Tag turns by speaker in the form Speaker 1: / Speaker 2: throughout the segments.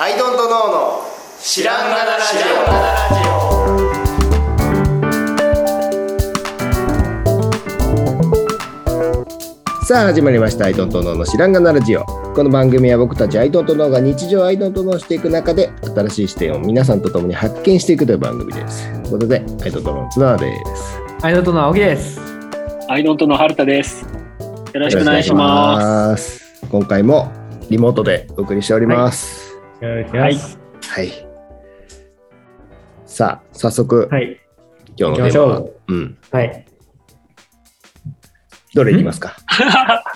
Speaker 1: アイドントノーの知らんがなラジオさあ始まりました「アイドントノーの知らんがなラジオ」この番組は僕たちアイドントノーが日常アイドントノーしていく中で新しい視点を皆さんと共に発見していくという番組ですということでアイドントノーの綱田です
Speaker 2: アイドルの青木です。
Speaker 3: アイドントの春田です。よろし
Speaker 1: よろしく
Speaker 3: くお願いします。
Speaker 1: お願いします今回もリモートでお送りしております、
Speaker 2: は
Speaker 1: は
Speaker 2: い。
Speaker 1: い。さあ、早速、
Speaker 2: はい。
Speaker 1: 今日の
Speaker 2: 行きま
Speaker 1: テ
Speaker 2: し
Speaker 1: ー
Speaker 2: ょ
Speaker 1: マ
Speaker 2: う
Speaker 1: は、うん、
Speaker 2: はい。
Speaker 1: どれいきますか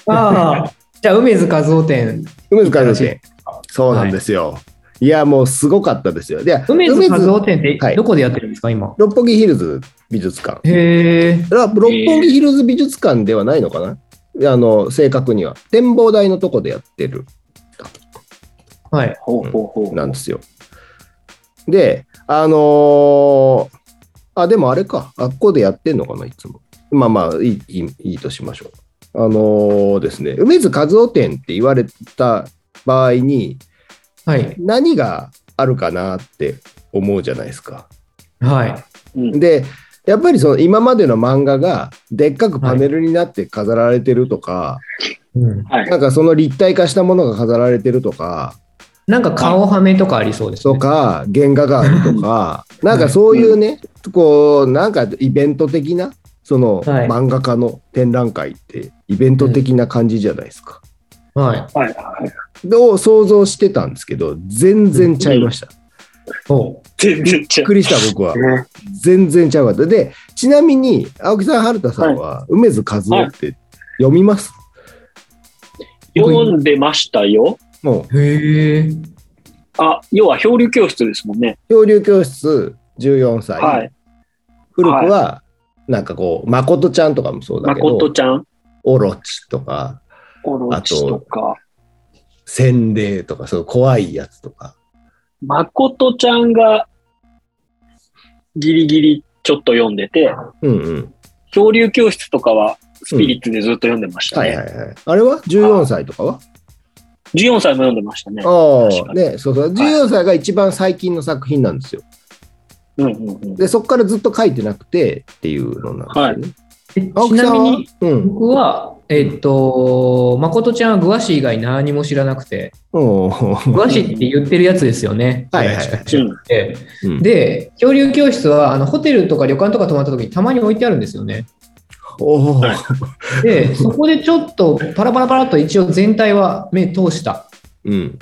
Speaker 2: ああ、じゃあ、梅津和夫展。
Speaker 1: 梅津和夫店。そうなんですよ。い、や、もうすごかったですよ。で
Speaker 2: 梅津和夫展っ
Speaker 1: はい
Speaker 2: てどこでやってるんですか、今。
Speaker 1: 六本木ヒルズ美術館。
Speaker 2: へえ。
Speaker 1: あ六本木ヒルズ美術館ではないのかな、あの正確には。展望台のとこでやってる
Speaker 2: はい。
Speaker 3: ほうほうほう。
Speaker 1: なんですよ。で、あのーあ、でもあれか、あっこでやってんのかな、いつも。まあまあ、いいいいいいとしましょう。あのーですね、梅津和夫展って言われた場合に、
Speaker 2: はい。
Speaker 1: 何があるかなって思うじゃないですか。
Speaker 2: はい。
Speaker 3: うん
Speaker 1: で、やっぱりその今までの漫画がでっかくパネルになって飾られてるとか、
Speaker 2: うん、
Speaker 3: はい
Speaker 1: な。んかその立体化したものが飾られてるとか、
Speaker 2: なんか顔はめとかありそうです、
Speaker 1: と
Speaker 2: ね。
Speaker 1: か、原画があるとか、なんかそういうね、こう、なんかイベント的な、その
Speaker 2: はい
Speaker 1: 漫画家の展覧会って、イベント的な感じじゃないですか。
Speaker 2: はい。
Speaker 3: はいはい。
Speaker 1: を想像してたんですけど、全然ちゃいました。
Speaker 2: そ
Speaker 3: 全然違
Speaker 1: びっくりした、僕は。
Speaker 3: う。
Speaker 1: 全然ちゃうかった。で、ちなみに、青木さん、春田さんは、梅津和夫って読みます、
Speaker 3: 読んでましたよ。
Speaker 1: もう、
Speaker 2: う。へえ。
Speaker 3: あ、要は漂流教室ですもんね。
Speaker 1: 漂流教室14歳、
Speaker 3: はい。
Speaker 1: 古くは、なんかこう、誠ちゃんとかもそうだけど
Speaker 3: 誠、ちゃん、
Speaker 1: オロチとか、
Speaker 3: オロチとか。
Speaker 1: 洗礼とか、そう怖いやつとか。
Speaker 3: 誠ちゃんがギリギリちょっと読んでて、
Speaker 1: うんうん。
Speaker 3: 漂流教室とかはスピリッツでずっと読んでました
Speaker 1: はい
Speaker 3: ね。
Speaker 1: はいはい。あれは ?14 歳とかは
Speaker 3: 14歳も読んでましたね。
Speaker 1: あ
Speaker 3: 確
Speaker 1: あ、
Speaker 3: かに
Speaker 1: ね、そうそう。14歳が一番最近の作品なんですよ。
Speaker 3: うんうんうん。
Speaker 1: で、そこからずっと書いてなくてっていうのなんですよね。
Speaker 2: えち
Speaker 1: 青木
Speaker 2: な
Speaker 1: さん
Speaker 2: み
Speaker 1: は
Speaker 2: に、、
Speaker 1: うん。
Speaker 2: 僕は、えっと、誠ちゃんは詳し以外何も知らなくて、
Speaker 1: おー
Speaker 2: 詳しいって言ってるやつですよね。
Speaker 1: はいはいはい
Speaker 2: ぐらし か知らなくて
Speaker 1: うん
Speaker 2: で、漂流教室はあのホテルとか旅館とか泊まった時にたまに置いてあるんですよね。
Speaker 1: おー
Speaker 3: はい
Speaker 2: で、そこでちょっとパラパラパラっと一応全体は目通した
Speaker 1: うん。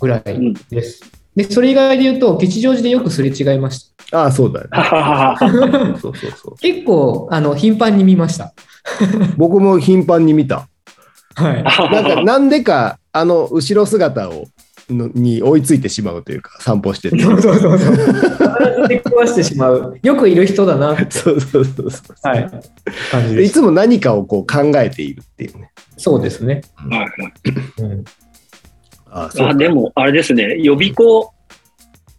Speaker 2: ぐら
Speaker 3: う
Speaker 2: い
Speaker 3: ん
Speaker 2: です。で、それ以外で言うと、吉祥寺でよくすれ違いました。
Speaker 1: ああ、そうだ
Speaker 3: は
Speaker 1: ね。
Speaker 3: は はは
Speaker 1: そうそうそう。
Speaker 2: 結構、あの、頻繁に見ました。
Speaker 1: 僕も頻繁に見た。
Speaker 2: はい。
Speaker 1: なんか、なんでか、あの、後ろ姿を、のに追いついてしまうというか、散歩して て。
Speaker 2: そうそうそうそう。必ず出くわしてしまう。よくいる人だな。
Speaker 1: そうそうそうそう。
Speaker 2: はい。感じ
Speaker 1: で
Speaker 2: で
Speaker 1: い
Speaker 2: す。
Speaker 1: つも何かをこう考えているっていうね。
Speaker 2: そうですね。
Speaker 3: はい
Speaker 2: うん。
Speaker 1: ああ、そう
Speaker 3: あ
Speaker 1: か。
Speaker 3: でも、あれですね、予備校、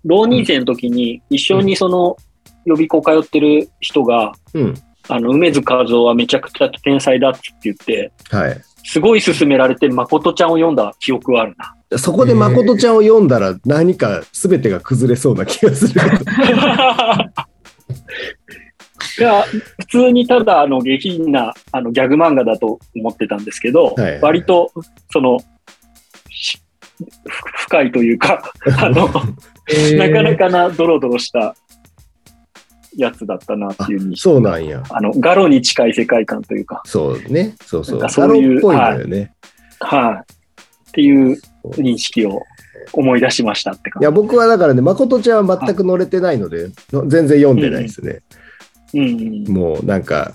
Speaker 3: 浪人生の時に、一緒にその予備校通ってる人が、
Speaker 1: うん。
Speaker 3: あの梅津和夫はめちゃくちゃ天才だっつって言って、
Speaker 1: はい。
Speaker 3: すごい勧められて、誠ちゃんを読んだ記憶はある な。
Speaker 1: そこで誠ちゃんを読んだら何か全てが崩れそうな気がするけど。
Speaker 3: いや普通にただあの下品なあのギャグ漫画だと思ってたんですけど、
Speaker 1: はいはい
Speaker 3: 割とそのしふ深いというか あのなかな
Speaker 2: か。
Speaker 3: かなドロドロしたやつだったなっていう に
Speaker 1: そうなんや。
Speaker 3: あのガロに近い世界観というか、
Speaker 1: そうね。そうそう。
Speaker 3: なんか
Speaker 1: サ
Speaker 3: そ
Speaker 1: ロ
Speaker 3: うい
Speaker 1: ンっ
Speaker 3: う
Speaker 1: ぽいのよね。
Speaker 3: はい、っていう認識を思い出しましたって
Speaker 1: い
Speaker 3: 感
Speaker 1: や、僕はだからね、誠ちゃんは全く乗れてないので、の全然読んでないですね。
Speaker 3: じ。うん うん、
Speaker 1: もうなんか、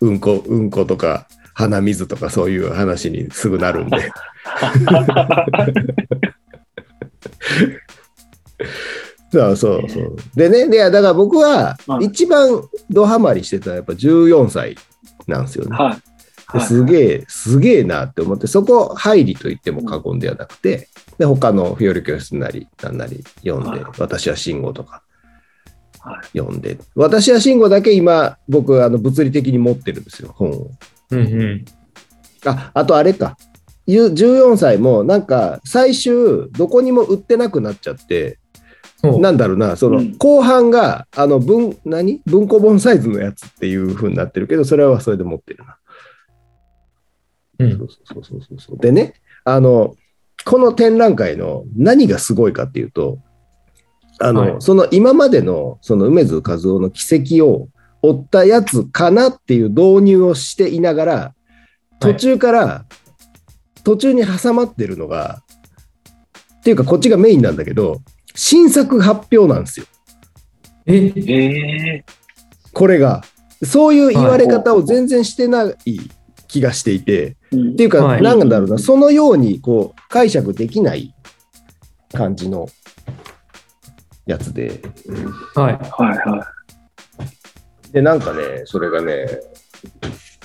Speaker 1: うんこ、うんことか、鼻水とかそういう話にすぐなるん で。 そうそうそう。でね、でだから僕は
Speaker 3: はい
Speaker 1: 一番ドハマりしてたのはやっぱ14歳なんですよね。
Speaker 3: はいはい。
Speaker 1: ですげえ、すげえなって思って、そこ入りと言っても過言ではなくて、で、他のフィオリ教室なり、なんなり読んで、
Speaker 3: はい
Speaker 1: 私は慎吾とか
Speaker 3: は
Speaker 1: 読んで、私は慎吾だけ今、僕、あの物理的に持ってるんですよ、本を。
Speaker 2: うんうん。
Speaker 1: あ、あとあれか。ゆ14歳もなんか最終どこにも売ってなくなっちゃって、
Speaker 2: そう
Speaker 1: なんだろうな、その
Speaker 3: うん
Speaker 1: 後半があの文何文庫本サイズのやつっていう風になってるけど、それはそれで持ってるな。
Speaker 2: うん
Speaker 1: そうそうそうそうそう。でね、あの、この展覧会の何がすごいかっていうと、あの、
Speaker 2: はい
Speaker 1: その今までの、その梅津和夫の軌跡を追ったやつかなっていう導入をしていながら、途中から、途中に挟まってるのが、っていうかこっちがメインなんだけど、新作発表なんですよ。
Speaker 2: え
Speaker 3: え
Speaker 1: これが。そういう言われ方を全然してない気がしていて、
Speaker 3: えー。
Speaker 1: っていうか、
Speaker 2: はい
Speaker 1: なんだろうな、そのようにこう解釈できない感じのやつで、
Speaker 2: はい。
Speaker 3: はいは
Speaker 1: で、なんかね、それがね、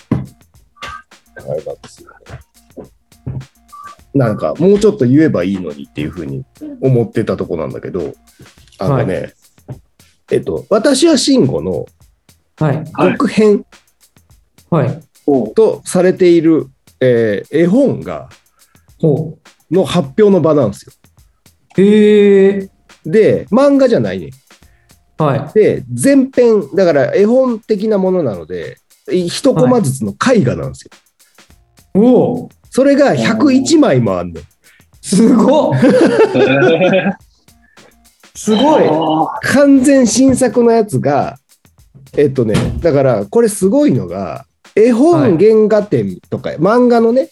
Speaker 1: あれなんですよねなんか、もうちょっと言えばいいのにっていうふうに思ってたとこなんだけど、あのね、えっと、私は慎吾の
Speaker 2: は
Speaker 3: は
Speaker 2: い。
Speaker 3: い。
Speaker 1: 続編
Speaker 2: はい。
Speaker 3: おう
Speaker 1: とされている、えー絵本が、
Speaker 2: ほ
Speaker 1: の発表の場なんですよ。
Speaker 2: う。へえ。
Speaker 1: で、漫画じゃないね。
Speaker 2: はい。
Speaker 1: で、前編、だから絵本的なものなので、い一コマずつの絵画なんですよ。
Speaker 2: おお。
Speaker 1: それが101枚もあんねん。
Speaker 2: すごっすごい。
Speaker 3: あ
Speaker 1: 完全新作のやつが、えっとね、だからこれすごいのが、絵本原画展とか、漫画のね、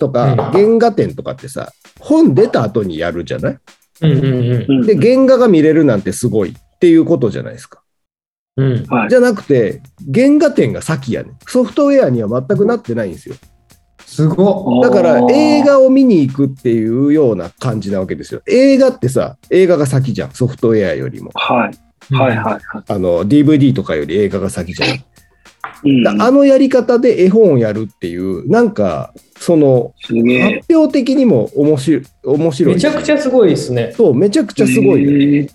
Speaker 1: とか、
Speaker 2: う
Speaker 1: 原画展とかってさ、本出た後にやるじゃない
Speaker 2: うんうん
Speaker 3: ーうん
Speaker 1: で、原画が見れるなんてすごいっていうことじゃないですか。
Speaker 2: うん。うん。
Speaker 3: はい
Speaker 1: じゃなくて、原画展が先やねん。ソフトウェアには全くなってないんですよ。
Speaker 2: すごっ。
Speaker 1: だから
Speaker 3: あー
Speaker 1: 映画を見に行くっていうような感じなわけですよ。映画ってさ、映画が先じゃん、ソフトウェアよりも。
Speaker 3: はい。はいはいは
Speaker 1: あの、DVD とかより映画が先じゃん。
Speaker 3: い。うん
Speaker 1: だあのやり方で絵本をやるっていう、なんか、その、
Speaker 3: すげえ。
Speaker 1: 発表的にも面白い。面白い
Speaker 2: めちゃくちゃすごいですね。
Speaker 1: そう、めちゃくちゃすごいのよ。
Speaker 3: えー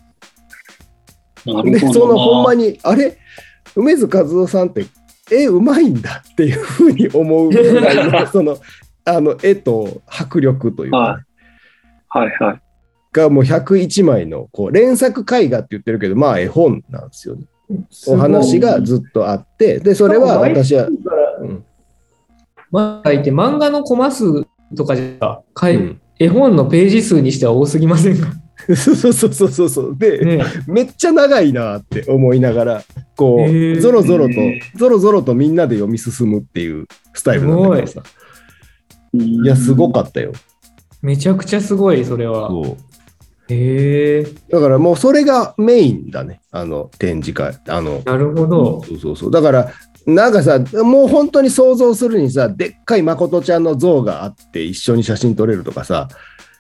Speaker 3: なる
Speaker 1: で、
Speaker 3: ほどな。
Speaker 1: そのほんまに、あれ、梅津和夫さんって、絵うまいんだっていうふうに思うぐらいの、その、あの、絵と迫力というかね、
Speaker 3: はいはいはい。
Speaker 1: がもう101枚のこう連作絵画って言ってるけど、まあ絵本なんですよね。お話がずっとあって、で、それは私は、うん
Speaker 2: 漫画いて漫画のコマ数とかじゃ、かい
Speaker 1: うん
Speaker 2: 絵本のページ数にしては多すぎません か。
Speaker 1: そうそうそうそうそう。で、
Speaker 2: ね。
Speaker 1: めっちゃ長いなって思いながら、こ
Speaker 2: へ
Speaker 1: う、
Speaker 2: ー
Speaker 1: ぞろぞろと、ぞろぞろとみんなで読み進むっていうスタイルなんだけどさ。いや、すごかったよ。
Speaker 2: めちゃくちゃすごい、それは。
Speaker 1: そう
Speaker 2: へえ。
Speaker 1: だからもうそれがメインだね、あの展示会。あの
Speaker 2: なるほど。
Speaker 1: そうそうそう。だから、なんかさ、もう本当に想像するにさ、でっかい誠ちゃんの像があって、一緒に写真撮れるとかさ、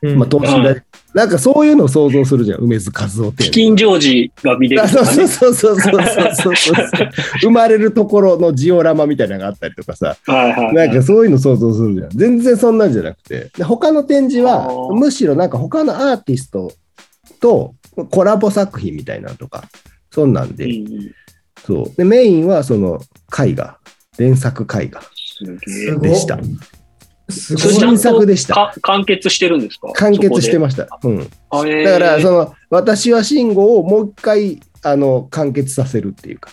Speaker 2: うん
Speaker 1: まあ、等身大、なんかそういうのを想像するじゃん、梅津和夫って
Speaker 3: チ。キンジョージが見れ
Speaker 1: あ
Speaker 3: る
Speaker 1: そう
Speaker 3: とか
Speaker 1: そ
Speaker 3: ね
Speaker 1: う。そうそうそうそうそう。生まれるところのジオラマみたいなのがあったりとかさ、
Speaker 3: はいはいはい。
Speaker 1: なんかそういうの想像するじゃん。全然そんなんじゃなくて。で他の展示は
Speaker 3: あ、ー
Speaker 1: むしろなんか他のアーティストとコラボ作品みたいなのとか、そんなんで。
Speaker 3: うんうん
Speaker 1: そう。で、メインはその絵画、連作絵画
Speaker 3: すげえ
Speaker 2: すごい
Speaker 1: でした。
Speaker 2: す
Speaker 1: それ
Speaker 2: ご
Speaker 1: 新
Speaker 2: い。
Speaker 1: 作でした
Speaker 3: か完結してるんですか
Speaker 1: 完結して
Speaker 3: ま
Speaker 1: ました。うん。
Speaker 3: す。
Speaker 1: だから、そ
Speaker 3: の、
Speaker 1: の、私は慎吾をもう一回、あの、完結させるっていうか、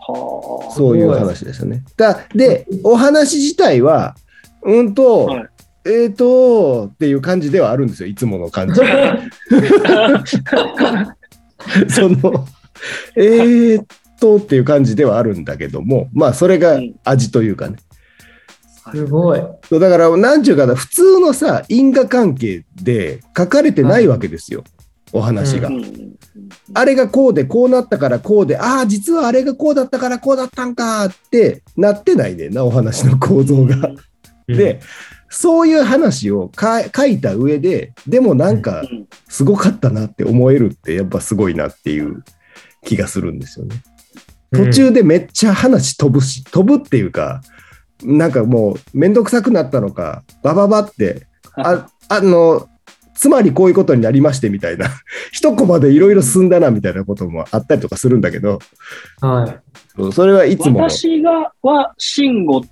Speaker 3: はあ
Speaker 1: そういう話でしたね。だで、お話自体は、うんと、
Speaker 3: はい
Speaker 1: えーとっていう感じではあるんですよ、いつもの 感じ。その、えーとっていう感じではあるんだけども、まあ、それが味というかね。
Speaker 2: すごい。
Speaker 1: そうだから、なんちゅうかな、普通のさ、因果関係で書かれてないわけですよ、お話が。
Speaker 3: うんうん
Speaker 1: あれがこうで、こうなったからこうで、ああ、実はあれがこうだったからこうだったんかってなってないねんな、お話の構造が。で、そういう話をか書いた上で、でもなんか
Speaker 3: う、ん
Speaker 1: すごかったなって思えるって、やっぱすごいなっていう気がするんですよね。
Speaker 2: うん、
Speaker 1: 途中でめっちゃ話飛ぶし、飛ぶっていうか、なんかもうめんどくさくなったのか、バババって、ああの、つまりこういうことになりましてみたいな、 一コマでいろいろ進んだなみたいなこともあったりとかするんだけど、
Speaker 2: はい。
Speaker 1: それはいつもの。
Speaker 3: 私がは、慎吾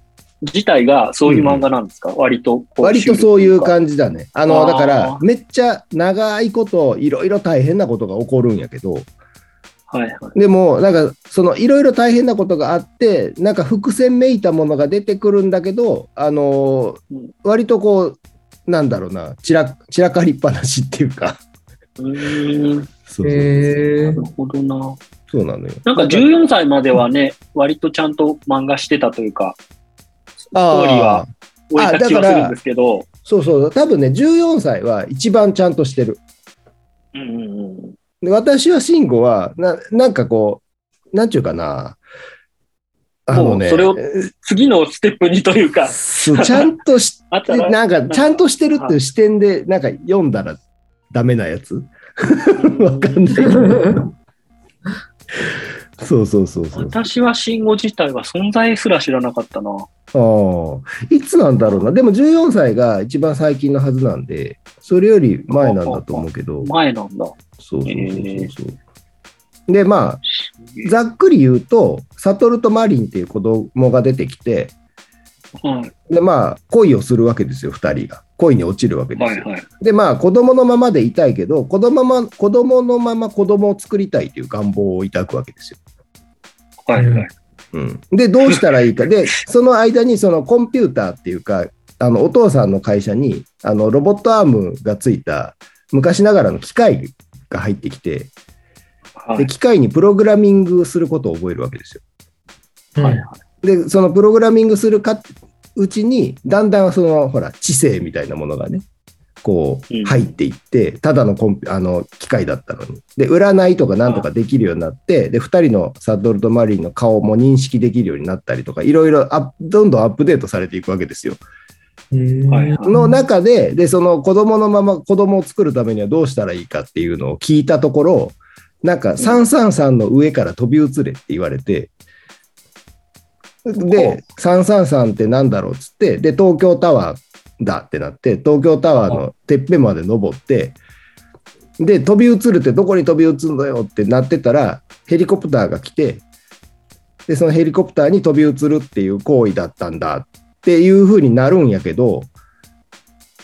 Speaker 3: 自体がそういう漫画なんですか、割とこう。
Speaker 1: 割とそういう
Speaker 3: じ。
Speaker 1: 感じだね。あの、
Speaker 3: あー
Speaker 1: だから、めっちゃ長いこと、いろいろ大変なことが起こるんやけど、
Speaker 3: はいはい。
Speaker 1: でも、なんか、その、いろいろ大変なことがあって、なんか伏線めいたものが出てくるんだけど、あのー
Speaker 3: うん
Speaker 1: 割とこう、なんだろうな、散ら散らかりっぱなしっていうか、
Speaker 3: うーん、
Speaker 1: そう
Speaker 2: へ
Speaker 3: な
Speaker 2: ー
Speaker 3: るほどな。
Speaker 1: そうなのよ。
Speaker 3: なんか14歳まではね、割とちゃんと漫画してたというか、ストーリー
Speaker 1: あ
Speaker 3: は
Speaker 1: あ、
Speaker 3: 終えた気がするんですけど、
Speaker 1: そうそう、多分ね、14歳は一番ちゃんとしてる。
Speaker 3: うんうんうん。
Speaker 1: で私は慎吾はな、なんかこう、なんちゅうかな、あのね、
Speaker 3: もうそれを次のステップにというか、
Speaker 1: そうちゃんとし
Speaker 3: あった
Speaker 1: で
Speaker 3: ら、
Speaker 1: なんかちゃんとしてるっていう視点でなんか読んだらダメなやつ わかんないけどそうそうそうそう
Speaker 3: 私は信号自体は存在すら知らなかったな。
Speaker 1: ああいつなんだろうなでも14歳が一番最近のはずなんでそれより前なんだと思うけど
Speaker 3: 前なんだ。
Speaker 1: そうそうそうそうそうでまあざっくり言うと悟とマリンっていう子供が出てきて
Speaker 3: はい
Speaker 1: でまあ恋をするわけですよ2人が恋に落ちるわけです
Speaker 3: は
Speaker 1: よ
Speaker 3: いはい。
Speaker 1: でまあ子供のままでいたいけど子供,、ま、子供のまま子供を作りたいという願望を抱くわけですよ。
Speaker 3: はいはい。
Speaker 1: うん、でどうしたらいいか でその間にそのコンピューターっていうかあのお父さんの会社にあのロボットアームがついた昔ながらの機械が入ってきて
Speaker 3: は
Speaker 1: で
Speaker 3: い
Speaker 1: 機械にプログラミングすることを覚えるわけですよ。
Speaker 3: はいはい。
Speaker 1: でそのプログラミングするかうちにだんだんそのほら知性みたいなものがねこ
Speaker 3: うん
Speaker 1: う入っていって、ただのコンピあの機械だったのにで占いとかなんとかできるようになってで2人のサドルとマリンの顔も認識できるようになったりとかいろいろアップどんどんアップデートされていくわけですよ。
Speaker 2: うん
Speaker 3: はいはい
Speaker 1: の中ででその子供のまま子供を作るためにはどうしたらいいかっていうのを聞いたところなんか333の上から飛び移れって言われてで333ってなんだろうっつってで東京タワーだってなって東京タワーのてっぺんまで登ってで飛び移るってどこに飛び移るのよってなってたらヘリコプターが来てでそのヘリコプターに飛び移るっていう行為だったんだっていうふうになるんやけど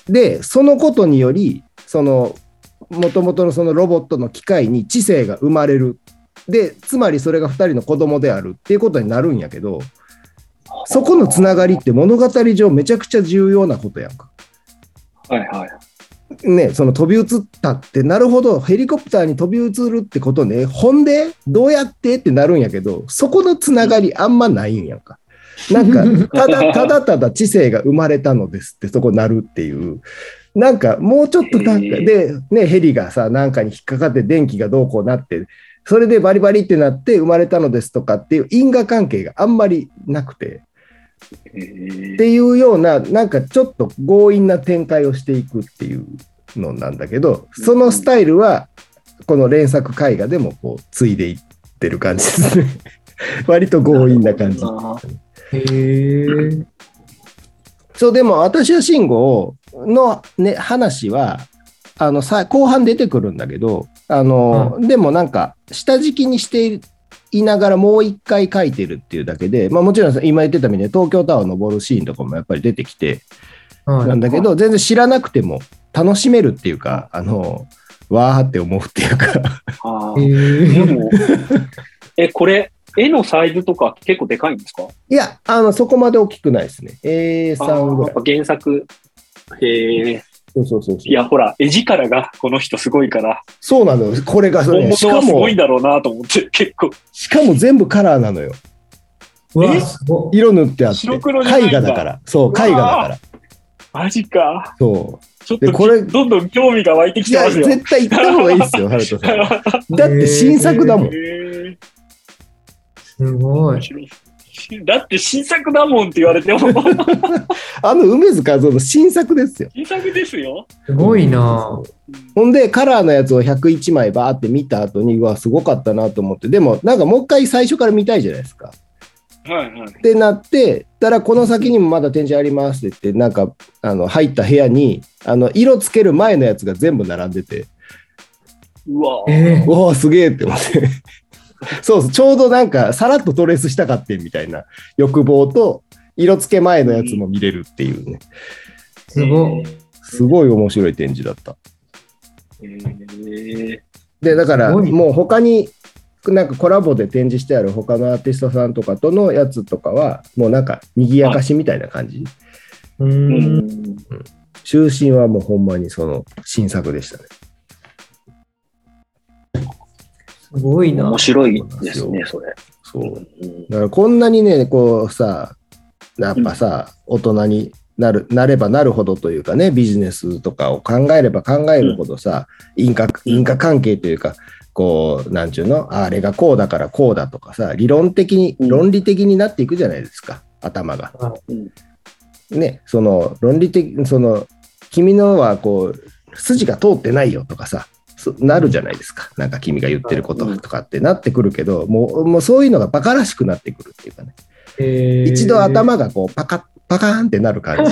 Speaker 1: でそのことによりそのもともとのそのロボットの機械に知性が生まれるでつまりそれが2人の子供であるっていうことになるんやけどそこのつながりって物語上めちゃくちゃ重要なことやんか。
Speaker 3: はいはい。
Speaker 1: ね、その飛び移ったってなるほどヘリコプターに飛び移るってことねほんでどうやってってなるんやけどそこのつながりあんまないんやんか。なんかただただただ知性が生まれたのですってそこなるっていうなんかもうちょっとなんか
Speaker 3: へえ
Speaker 1: で、ね、ヘリがさなんかに引っかかって電気がどうこうなってそれでバリバリってなって生まれたのですとかっていう因果関係があんまりなくて。
Speaker 3: えー
Speaker 1: っていうような、なんかちょっと強引な展開をしていくっていうのなんだけど、そのスタイルは、この連作絵画でもこう、継いでいってる感じですね。 割と強引な感じ。
Speaker 3: あ
Speaker 2: へー
Speaker 1: そう、でも、私は慎吾のね、話は、あの、さ、後半出てくるんだけど、あの、でもなんか、下敷きにしていながらもう一回描いてるっていうだけで、まあもちろん今言ってたみたいに東京タワー登るシーンとかもやっぱり出てきて、
Speaker 2: はい
Speaker 1: なんだけど、全然知らなくても楽しめるっていうか、あの、わーって思うっていうか、
Speaker 3: あ
Speaker 2: へ
Speaker 3: ー。で
Speaker 2: ー
Speaker 3: も、え、これ、絵のサイズとか結構でかいんですか
Speaker 1: いや、あの、そこまで大きくないですね。A3 ぐらい
Speaker 3: あ。ーやっぱ原作。へえ。
Speaker 1: そうそうそうそう。
Speaker 3: いや、ほら、絵力がこの人すごいから、
Speaker 1: そうなのよ。これが、
Speaker 3: 本
Speaker 1: ね、し
Speaker 3: 物
Speaker 1: か
Speaker 3: はす
Speaker 1: も
Speaker 3: ごいん、だろうなと思って、結構。
Speaker 1: しかも全部カラーなのよ。
Speaker 2: うわ
Speaker 3: え
Speaker 2: すごい
Speaker 1: 色塗ってあって。
Speaker 3: 白黒じゃないんだ
Speaker 1: 絵画だから。そう、
Speaker 3: うわー
Speaker 1: 絵画だから。
Speaker 3: マジか。
Speaker 1: そ
Speaker 3: ちょっと
Speaker 1: でこれ
Speaker 3: どんどん興味が湧いて
Speaker 1: う。
Speaker 3: き
Speaker 1: い
Speaker 3: て
Speaker 1: や、
Speaker 3: ますよ。
Speaker 1: 絶対行った方がいいです よ、ハルトさん。だって新作だもん。
Speaker 3: へえ
Speaker 2: すごい
Speaker 3: 面白いだって新作だもんって言われても
Speaker 1: あの、梅津和夫の新作ですよ。
Speaker 3: 新作ですよ。
Speaker 2: すごいな
Speaker 1: ほんで、カラーのやつを101枚バーって見た後に、うわ、すごかったなと思って、でも、なんかもう一回最初から見たいじゃないですか。
Speaker 3: はいはい
Speaker 1: ってなって、たらこの先にもまだ展示ありますって言って、なんか、あの、入った部屋に、あの、色つける前のやつが全部並んでて、
Speaker 3: うわー
Speaker 2: えー
Speaker 1: おお、すげえって思って。 そうそう、ちょうどなんか、さらっとトレースしたかってんみたいな欲望と、色付け前のやつも見れるっていうね、
Speaker 2: すごい。
Speaker 1: すごい面白い展示だった。
Speaker 3: えー
Speaker 1: で、だから、
Speaker 2: すごいね
Speaker 1: もう他に、なんかコラボで展示してある他のアーティストさんとかとのやつとかは、もうなんか、賑やかしみたいな感じ。
Speaker 2: う。
Speaker 3: うんん
Speaker 1: 中心はもうほんまにその新作でしたね。
Speaker 2: すごいな
Speaker 3: 面。白いですね、それ。
Speaker 1: そう。
Speaker 3: うん
Speaker 1: だからこんなにね、こうさ、やっぱさ、大人になる、なればなるほどというかね、ビジネスとかを考えれば考えるほどさ、因果、因果関係というか、こう、なんちゅうの、あれがこうだからこうだとかさ、理論的に、
Speaker 3: うん
Speaker 1: 論理的になっていくじゃないですか、頭が。
Speaker 3: うん
Speaker 1: ね、その論理的、その、君のはこう、筋が通ってないよとかさ、そなるじゃないですか。なんか君が言ってることとかってなってくるけど、もう、もうそういうのがバカらしくなってくるっていうかね。一
Speaker 2: 一
Speaker 1: 度頭がこう、パカッ、パカーンってなる感じ。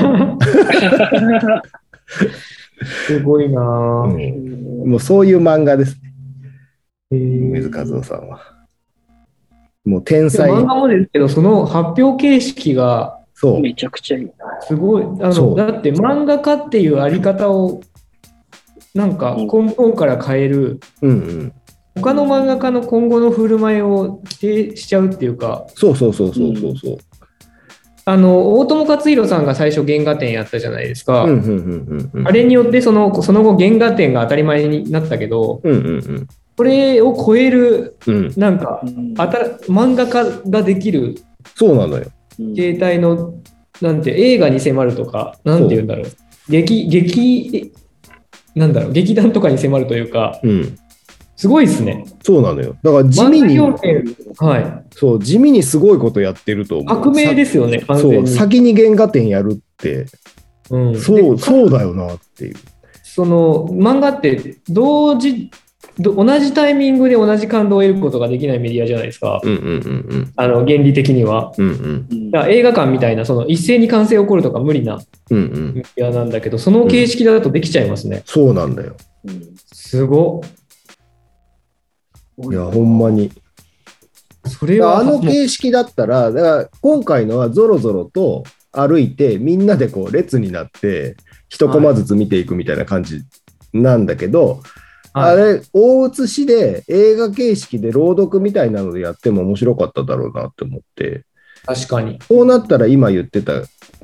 Speaker 2: すごいな
Speaker 1: う
Speaker 2: ぁ。
Speaker 1: んもうそういう漫画ですね、
Speaker 2: えー
Speaker 1: 梅津和夫さんは。もう天
Speaker 2: で
Speaker 1: 才。
Speaker 2: も漫画もですけど、その発表形式が
Speaker 1: そう。
Speaker 3: めちゃくちゃいいな。
Speaker 2: すごい。あ
Speaker 1: そ
Speaker 2: の
Speaker 1: う
Speaker 2: だって漫画家っていうあり方をなんか根本から変える、
Speaker 1: うんうん。
Speaker 2: 他の漫画家の今後の振る舞いを否定しちゃうっていうか、
Speaker 1: そうそうそうそうそうそう。
Speaker 2: あの大友克洋さんが最初原画展やったじゃないですか。
Speaker 1: うんうんうんうんうん。
Speaker 2: あれによってそのその後原画展が当たり前になったけど、
Speaker 1: うんうん
Speaker 2: これを超える
Speaker 1: うん。うん。
Speaker 2: なんかあた漫画家ができる
Speaker 1: そうなのよ。
Speaker 3: うん
Speaker 2: 携帯のなんて映画に迫るとかなんて言うんだろう劇劇えなんだろう劇団とかに迫るというか
Speaker 1: うん。
Speaker 2: すごいですね
Speaker 1: そうなのよ。だから地味に。
Speaker 2: 漫画表現はい
Speaker 1: そう、地味にすごいことやってると思う。
Speaker 2: 革命ですよね
Speaker 1: さ
Speaker 2: 完
Speaker 1: そ
Speaker 2: 全
Speaker 1: う、
Speaker 2: に
Speaker 1: 先に原画展やるって、
Speaker 2: うん
Speaker 1: そう、
Speaker 2: で
Speaker 1: そうだよなっていう。
Speaker 2: その漫画って同時ど同じタイミングで同じ感動を得ることができないメディアじゃないですか
Speaker 1: うんうんうん
Speaker 2: あの原理的には
Speaker 1: うん。うんうん。
Speaker 3: うん
Speaker 2: だから映画館みたいなその一斉に完成起こるとか無理な
Speaker 1: うんうん。
Speaker 2: メディアなんだけどその形式だとできちゃいますね、
Speaker 1: そうなんだよ。
Speaker 2: すご
Speaker 1: いや、ほんまに。
Speaker 2: っそれは
Speaker 1: あの
Speaker 2: もう
Speaker 1: 形式だったら、だから今回のはぞろぞろと歩いて、みんなでこう列になって、一コマずつ見ていくみたいな感じなんだけど、
Speaker 2: はい
Speaker 1: あれ、大写しで映画形式で朗読みたいなのでやっても面白かっただろうなって思って。
Speaker 2: 確かに
Speaker 1: こうなったら今言ってた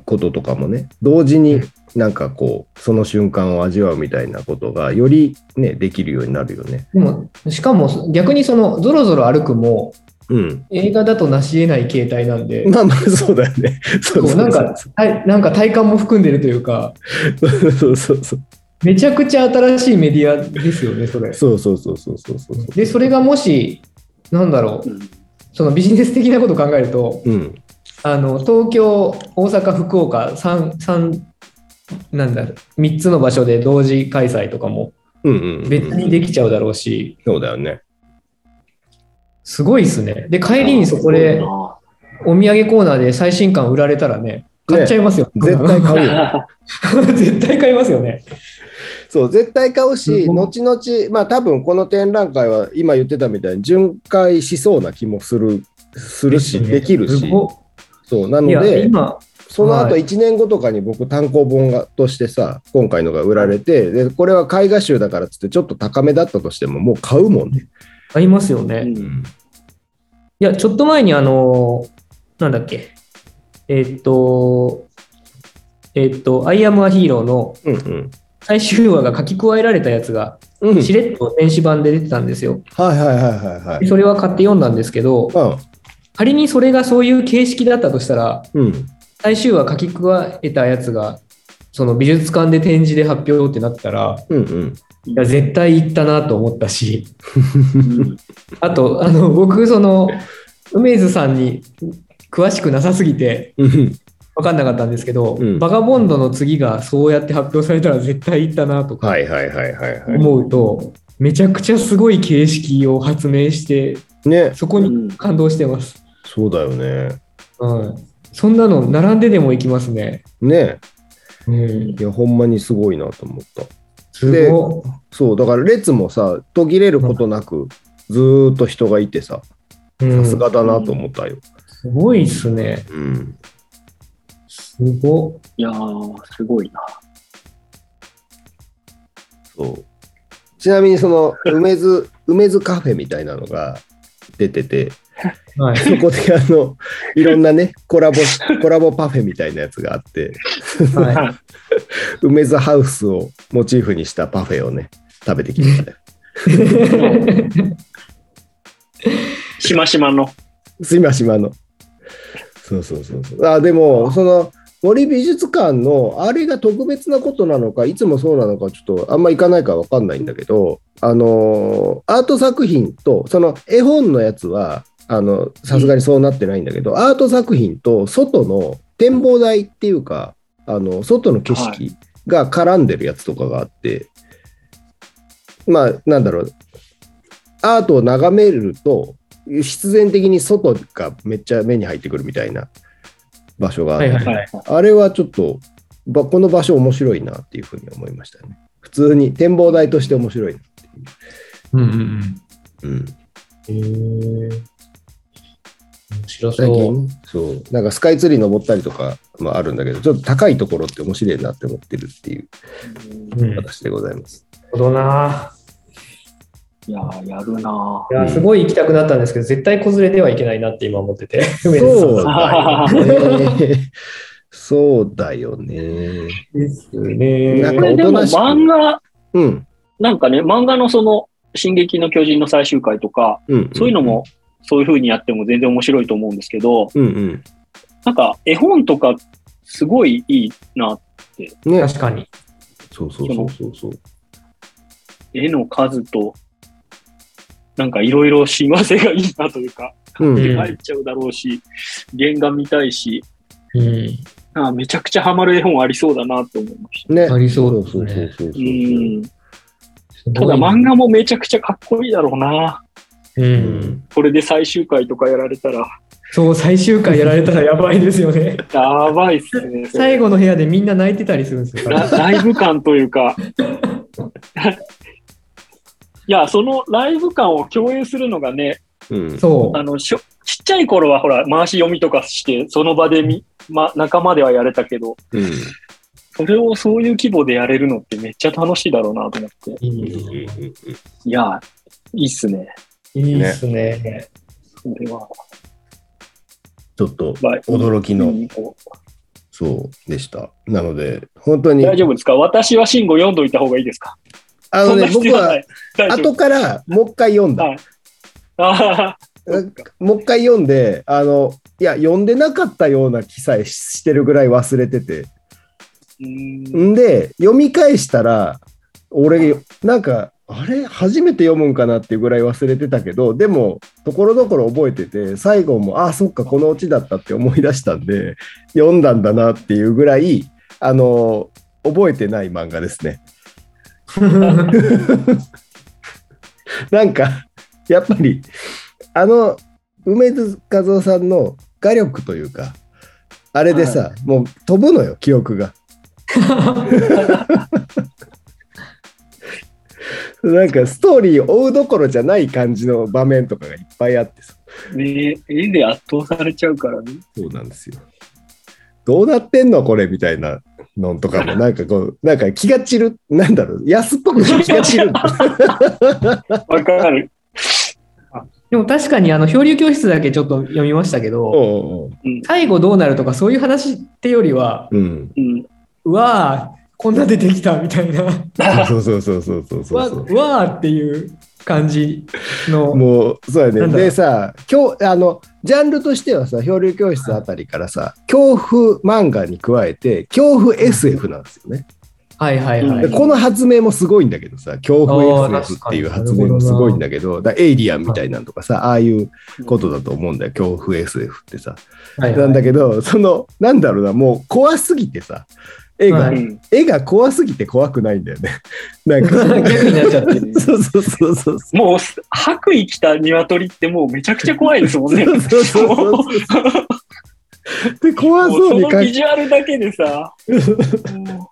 Speaker 1: こととかもね同時になんかこうその瞬間を味わうみたいなことがよりねできるようになるよね。
Speaker 2: でもしかも逆にそのぞろぞろ歩くも
Speaker 1: うん。
Speaker 2: 映画だと成し得ない形態なんで、
Speaker 1: まあまあそうだよね。 そ
Speaker 2: こ
Speaker 1: う
Speaker 2: う
Speaker 1: そう
Speaker 2: なんかはいなんか体感も含んでるというか
Speaker 1: そうそうそうそう
Speaker 2: めちゃくちゃ新しいメディアですよねそれ。
Speaker 1: そうそうそうそうそうそうそう。
Speaker 2: でそれがもしなんだろう
Speaker 3: うん
Speaker 2: そのビジネス的なことを考えると
Speaker 1: うん
Speaker 2: あの東京大阪福岡 3, 3なんだろう3つの場所で同時開催とかも
Speaker 1: うんうんうん。
Speaker 2: 別にできちゃうだろうし
Speaker 1: そうだよね。
Speaker 2: すごいですね。で帰りにそこでお土産コーナーで最新刊売られたらね、買っちゃいますよ。
Speaker 1: 絶対買う よ。
Speaker 2: 絶対買いますよね。
Speaker 1: そう、絶対買うし、
Speaker 2: うん
Speaker 1: 後々、まあ多分この展覧会は今言ってたみたいに巡回しそうな気もする、するし、できる
Speaker 2: す
Speaker 1: し。
Speaker 2: ご
Speaker 1: そう、なの
Speaker 2: いや、
Speaker 1: で、
Speaker 2: 今、
Speaker 1: その後
Speaker 2: はい
Speaker 1: 1年後とかに僕単行本がとしてさ今回のが売られてでこれは絵画集だからっつってちょっと高めだったとしてももう買うもんね。
Speaker 2: 買いますよね。
Speaker 3: う
Speaker 2: い
Speaker 3: ん
Speaker 2: や、ちょっと前に、あのーなんだっけ、えーっと、えーっと、アイアムアヒーローの
Speaker 1: うんうん
Speaker 2: 最終話が書き加えられたやつが、
Speaker 1: うん、はい
Speaker 2: しれっと電子版で出てたんですよ。
Speaker 1: はいはいはいはい。
Speaker 2: それは買って読んだんですけど、仮にそれがそういう形式だったとしたら、
Speaker 1: うんうん、
Speaker 2: 最終話書き加えたやつが、その美術館で展示で発表ってなったら、
Speaker 1: うんうん、
Speaker 2: いや絶対行ったなと思ったし、
Speaker 3: うん
Speaker 2: あと、あの僕、その、梅津さんに詳しくなさすぎて
Speaker 1: うん、
Speaker 2: 分かんなかったんですけど、
Speaker 1: うん
Speaker 2: バガボンドの次がそうやって発表されたら絶対行ったなとか
Speaker 1: はいはいはいはいは
Speaker 2: 思うと、めちゃくちゃすごい形式を発明して、
Speaker 1: い。ね、
Speaker 2: そこに感動してます。
Speaker 1: そうだよね。
Speaker 2: うん、そんなの、並んででも行きますね。
Speaker 1: ね、
Speaker 2: うん、
Speaker 1: いやほんまにすごいなと思った。
Speaker 2: すご
Speaker 1: そうだから列もさ途切れることなくずーっと人がいてさ
Speaker 2: い、う
Speaker 1: さ
Speaker 2: ん、
Speaker 1: す
Speaker 2: す
Speaker 1: がだなと思ったよ。
Speaker 2: ごいっすね。
Speaker 1: うん
Speaker 2: すごっ。
Speaker 3: いやー、すごいな。
Speaker 1: そうちなみにその梅津梅津カフェみたいなのが出てて
Speaker 2: はい。
Speaker 1: そこであのいろんなねコラボコラボパフェみたいなやつがあって
Speaker 2: はい、
Speaker 1: 梅津ハウスをモチーフにしたパフェをね食べてきましたよ
Speaker 3: しましまの。
Speaker 1: すましまのそうそうそうそうあでもその森美術館のあれが特別なことなのかいつもそうなのかちょっとあんま行かないから分かんないんだけどあのアート作品とその絵本のやつはあのさすがにそうなってないんだけど、アート作品と外の展望台っていうかあの外の景色が絡んでるやつとかがあって、まあなんだろうアートを眺めると必然的に外がめっちゃ目に入ってくるみたいな場所があって、
Speaker 2: はいはい
Speaker 3: はい。
Speaker 1: あれはちょっとばこの場所面白いなっていうふうに思いましたね普通に展望台として面白いな
Speaker 2: うんうんうん。
Speaker 1: うん
Speaker 2: へえ。面白
Speaker 1: 最
Speaker 2: そう。
Speaker 1: 近そうなんかスカイツリー登ったりとかもあるんだけどちょっと高いところって面白いなって思ってるっていう
Speaker 2: うん、なる
Speaker 1: 私でございます、
Speaker 2: ほどな。
Speaker 3: いやー、やるない
Speaker 2: や、すごい行きたくなったんですけど、絶対子連れではいけないなって今思ってて。
Speaker 1: そう
Speaker 2: う
Speaker 1: だよねそうだよね
Speaker 2: ですね。
Speaker 1: な
Speaker 3: ー
Speaker 1: ん
Speaker 3: こ
Speaker 1: か
Speaker 3: れでも
Speaker 1: おとなしく
Speaker 3: 漫画、
Speaker 1: うん
Speaker 3: なんかね、漫画のその、進撃の巨人の最終回とか、
Speaker 1: うん
Speaker 3: そういうのも、そういう風にやっても全然面白いと思うんですけど、
Speaker 1: うんうん
Speaker 3: なんか絵本とか、すごいいいな。
Speaker 1: ね
Speaker 2: 確かに。
Speaker 1: そうそうそうそうそう
Speaker 3: 絵の数と、なんかいろいろ親和性がいいなというか、
Speaker 1: うん
Speaker 2: うん
Speaker 3: 入っちゃうだろうし、原画見たいし、
Speaker 2: うん。
Speaker 3: あーめちゃくちゃハマる絵本ありそうだなと思いました。
Speaker 1: ね
Speaker 2: ありそうですね
Speaker 1: そうそうそうそうううん
Speaker 3: ん。ただ漫画もめちゃくちゃかっこいいだろうな。
Speaker 2: うん。
Speaker 3: これで最終回とかやられたら、
Speaker 2: そう、最終回やられたらやばいですよ ね。
Speaker 3: やばいっすね。それ
Speaker 2: 最後の部屋でみんな泣いてたりするんですよ。
Speaker 3: ラライブ感という か。いや、そのライブ感を共有するのがね、
Speaker 1: うん
Speaker 2: そ
Speaker 3: あのしょちっちゃい頃はほら、回し読みとかして、その場でみ、ま、仲間ではやれたけど、
Speaker 1: うん
Speaker 3: それをそういう規模でやれるのってめっちゃ楽しいだろうなと思って。
Speaker 2: う。い
Speaker 1: うん
Speaker 2: い
Speaker 3: いや、いいっすね。
Speaker 2: いいですね。
Speaker 3: それは。
Speaker 1: ちょっと
Speaker 3: まあ
Speaker 1: 驚きの、
Speaker 3: うんこう
Speaker 1: そうでした。なので、本当に、
Speaker 3: 大丈夫ですか私は信号読んどいた方がいいですか
Speaker 1: あの
Speaker 3: そんな
Speaker 1: ね、
Speaker 3: 必
Speaker 1: 僕
Speaker 3: 要な。
Speaker 1: はい
Speaker 3: 大丈夫
Speaker 1: 後からもう一回読んだ。
Speaker 3: はいあ
Speaker 1: なもう一回読んで、あの、いや、読んでなかったような記載してるぐらい忘れてて。
Speaker 3: ーうん
Speaker 1: んで、読み返したら、俺、なんか、あれ初めて読むんかなっていうぐらい忘れてたけど、でも、ところどころ覚えてて、最後も、あ、そっか、このオチだったって思い出したんで、読んだんだなっていうぐらい、あの、覚えてない漫画ですね。なんか、 やっぱり、あの、梅津和夫さんの画力というか、あれでさ、
Speaker 3: は
Speaker 1: もう飛ぶのよ、記憶 が。なんか、ストーリーを追うどころじゃない感じの場面とかがいっぱいあってさ。
Speaker 3: ね絵で圧倒されちゃうからね。
Speaker 1: そうなんですよ。どうなってんのこれみたいなのんとかも、なんかこう、なんか気が散る、なんだろう、安っぽく気が散る。
Speaker 3: わかる。
Speaker 2: でも確かにあの漂流教室だけちょっと読みましたけど、
Speaker 1: おうおう
Speaker 2: 最後どうなるとかそういう話ってよりは、
Speaker 1: うん。
Speaker 3: うん。
Speaker 2: うわー、こんな出てきたみたいな、わ
Speaker 1: そうそうそうそうそうそうそう。
Speaker 2: わーっていう感じの。
Speaker 1: もうそう
Speaker 2: な
Speaker 1: や
Speaker 2: ん
Speaker 1: ね
Speaker 2: だろう
Speaker 1: でさ今日あのジャンルとしてはさ漂流教室あたりからさ恐怖漫画に加えて恐怖 SF なんですよね、
Speaker 2: はいはいは
Speaker 1: で
Speaker 2: い。
Speaker 1: この発明もすごいんだけどさ恐怖
Speaker 2: あー
Speaker 1: SF っていう
Speaker 2: 確かに
Speaker 1: 発明もすごいんだけどだからエイリアンみたいなんとかさああいうことだと思うんだよ恐怖 SF ってさ
Speaker 2: はいはい
Speaker 1: なんだけどそのなんだろうなもう怖すぎてさ絵が、
Speaker 2: は
Speaker 3: う
Speaker 2: い
Speaker 3: ん。
Speaker 1: 絵が怖すぎて怖くないんだ よねなんか
Speaker 2: 逆になっちゃってる。
Speaker 1: そうそうそうそう
Speaker 3: もう、白衣着た鶏ってもうめちゃくちゃ怖いですもん ね。
Speaker 1: そうそうそうそうで怖
Speaker 3: もう
Speaker 1: そう
Speaker 3: そ
Speaker 1: に
Speaker 3: の
Speaker 1: か
Speaker 3: ビジュアルだけでさ、も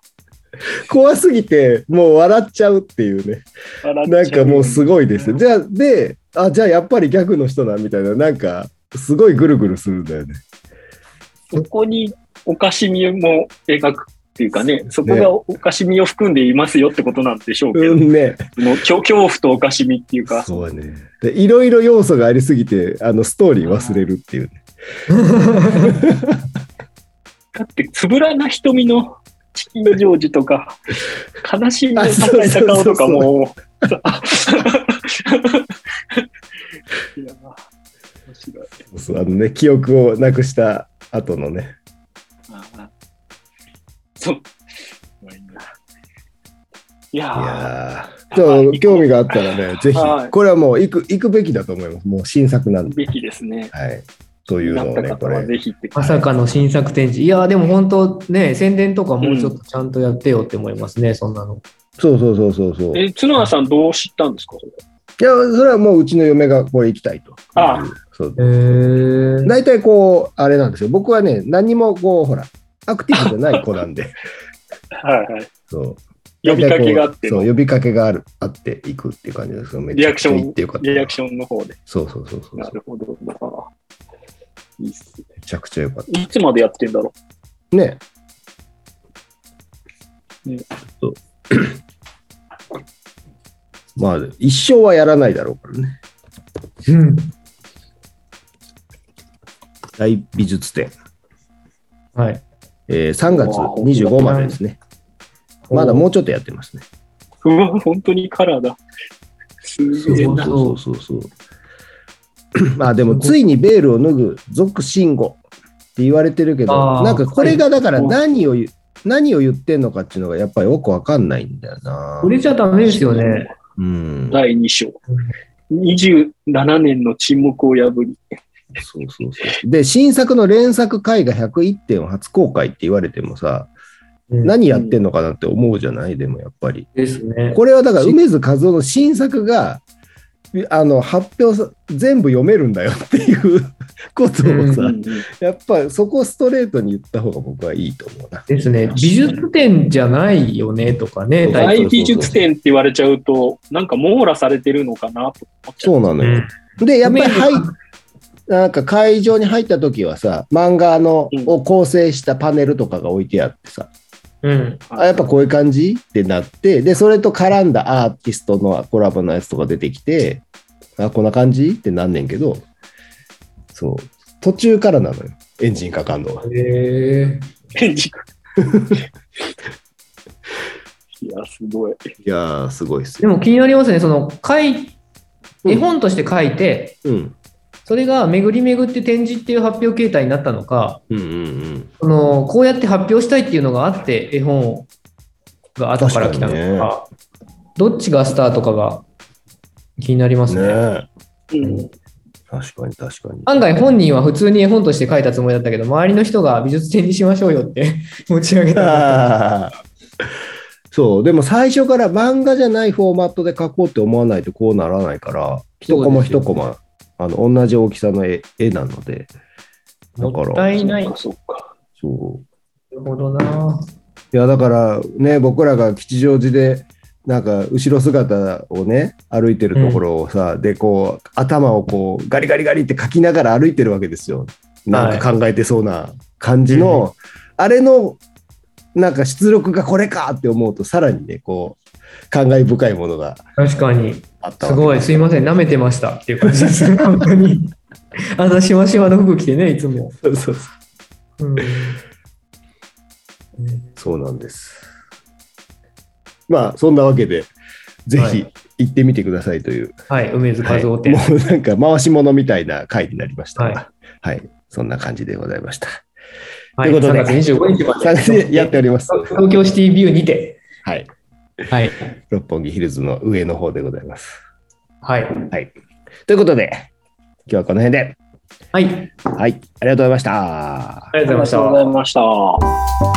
Speaker 1: 怖すぎてもう笑っちゃうっていうね
Speaker 3: う笑っちゃ
Speaker 1: なんかもうすごいですよじゃあであじゃあやっぱり逆の人だみたいななんかすごいぐるぐるするんだよね
Speaker 3: そこにおかしみも描くっていうかね、そこがおかしみを含んでいますよってことなんでしょうけど、
Speaker 1: うんね。
Speaker 3: その恐恐怖とおかしみっていうか、
Speaker 1: そうね。で、いろいろ要素がありすぎて、あの、ストーリー忘れるっていうね。
Speaker 3: だってつぶらな瞳のチキンジョージとか、悲しみの高い高尾とかもう、いや面白い。
Speaker 1: そうそうあのね、記憶をなくした後のね。
Speaker 3: ああそう。まあいいない
Speaker 1: い
Speaker 3: や
Speaker 1: やー
Speaker 3: やばい
Speaker 1: でも興味があったらね、ぜひ
Speaker 3: は、い
Speaker 1: これはもう行く、行くべきだと思います。もう新作なん
Speaker 3: ー、
Speaker 1: で。
Speaker 3: べきですね。
Speaker 1: はい。という
Speaker 3: な
Speaker 1: の
Speaker 3: っ
Speaker 1: を
Speaker 3: た
Speaker 1: ね、
Speaker 3: 方
Speaker 1: こ
Speaker 3: は
Speaker 1: れ。
Speaker 3: ぜひって
Speaker 2: まさかの新作展示。いやー、でも本当ね、宣伝とかもうちょっとちゃんとやってよって思いますね、そんなの。
Speaker 1: そうそうそうそうそう。
Speaker 3: え、角田さんどう知ったんですか
Speaker 1: いや、それはもううちの嫁がこれ行きたいと。
Speaker 3: ああ
Speaker 1: そう
Speaker 2: へー。
Speaker 1: 大体こう、あれなんですよ。僕はね、何もこう、ほら、アクティブじゃない子なん で。
Speaker 3: はいはい。
Speaker 1: そう。
Speaker 3: 呼びかけがあって
Speaker 1: そ
Speaker 3: の
Speaker 1: う、呼びかけがある、あっていくっていう感じですよ。めちゃくちゃ行ってよかった。
Speaker 3: リアクションの方で。
Speaker 1: そうそうそうそう。
Speaker 3: な
Speaker 1: め
Speaker 3: るほどな。いいっすね。
Speaker 1: ちゃくちゃよかっ
Speaker 3: いつまでやってんだろ
Speaker 1: た。ね。
Speaker 3: ね
Speaker 1: そうまあ、一生はやらないだろうからね。
Speaker 2: うん
Speaker 1: 大美術展、
Speaker 2: はい。
Speaker 1: えー、3月25までですね。まだもうちょっとやってますね。
Speaker 3: う。うわ、本当にカラーだ。すげえな。
Speaker 1: そうそうそうそう。まあでも、ついにベールを脱ぐ、俗信号って言われてるけ
Speaker 2: あ
Speaker 1: ど、
Speaker 2: ー
Speaker 1: なんかこれがだから何を言う、何を言ってんのかっていうのがやっぱりよくわかんないんだよな。
Speaker 2: 売れちゃダメですよね。
Speaker 1: うん。
Speaker 3: 第2章。27年の沈黙を破り。
Speaker 1: そうそうそう。で、新作の連作絵画101点を初公開って言われてもさ、
Speaker 2: 何
Speaker 1: 何やってんのかなって思うじゃないでもやっぱり。
Speaker 2: ですね。
Speaker 1: これはだから梅津和夫の新作が、あの発表さ全部読めるんだよっていうことをさ、
Speaker 2: うん
Speaker 1: やっぱそこをストレートに言った方が僕はいいと思うな。
Speaker 2: ですね。美術展じゃないよねとかね、
Speaker 1: そう
Speaker 2: 大体
Speaker 3: 大美術展って言われちゃうと、なんか網羅されてるのかなと思っちゃう。
Speaker 1: そうなのよ。で、やっぱり入っなんか会場に入った時はさ、漫画の
Speaker 3: うん
Speaker 1: を構成したパネルとかが置いてあってさ、
Speaker 2: うん。
Speaker 1: あやっぱこういう感じってなって、で、それと絡んだアーティストのコラボのやつとか出てきて、あ、こんな感じってなんねんけど、そう、途中からなのよ、エンジンかかんのは。
Speaker 2: へえ。
Speaker 3: 展示会いや、すごい。
Speaker 1: いやー、すごいっす
Speaker 2: で
Speaker 1: よ。
Speaker 2: も気になりますね。その、書い、
Speaker 1: うん
Speaker 2: 絵本として書いて、
Speaker 1: うん。
Speaker 2: それが巡り巡って展示っていう発表形態になったのか、
Speaker 1: うんうん
Speaker 2: そのこうやって発表したいっていうのがあって絵本が後から来たのか
Speaker 1: 確
Speaker 2: どっちがスタートかが気になりま
Speaker 1: うん。
Speaker 2: す
Speaker 1: ね
Speaker 2: ね
Speaker 1: え
Speaker 3: うん、
Speaker 1: 確かに確かに。
Speaker 2: 案外本人は普通に絵本として書いたつもりだったけど周りの人が美術展にしましょうよって 持ち上げた
Speaker 1: あー そう、でも最初から漫画じゃないフォーマットで描こうって思わないとこうならないから、一コマ一コマ、あの同じ大きさの絵絵なので、だか
Speaker 2: もった
Speaker 1: ら、
Speaker 2: いないな
Speaker 3: そっか。
Speaker 1: そう。
Speaker 2: るほどない
Speaker 1: や、だからね、僕らが吉祥寺で、なんか後ろ姿をね、歩いてるところをさ、で、こう、頭をこう、ガリガリガリって描きながら歩いてるわけですよ。なんか考えてそうな感じの、あれの、なんか出力がこれかって思うと、さらにね、こう、感慨深いものが
Speaker 2: 確かに
Speaker 1: あった
Speaker 2: すごいすいません舐めてましたっていう感じですね 本当にあのしましまの服着てねいつも、
Speaker 1: そう そうそう
Speaker 2: うんね
Speaker 1: そうなんです。まあ、そんなわけで、ぜ
Speaker 2: は
Speaker 1: ひ
Speaker 2: い
Speaker 1: 行ってみてくださいという
Speaker 2: はい梅津和夫
Speaker 1: はい
Speaker 2: 展、
Speaker 1: もうなんか回し物みたいな回になりましたが、
Speaker 2: は
Speaker 1: はい、そんな感じでございました。
Speaker 2: はい
Speaker 1: ということで
Speaker 2: 3月25日まで
Speaker 1: 3月にやっております。
Speaker 2: 東京シティビューにて
Speaker 1: はい、
Speaker 2: はい
Speaker 1: 六本木ヒルズの上の方でございます。
Speaker 2: はい
Speaker 1: はい、ということで、今日はこの辺で、
Speaker 2: はい、ありが
Speaker 1: はい、ありがとうございました。
Speaker 2: とうございまし
Speaker 3: ありがとうご
Speaker 2: た
Speaker 3: ざ。いました。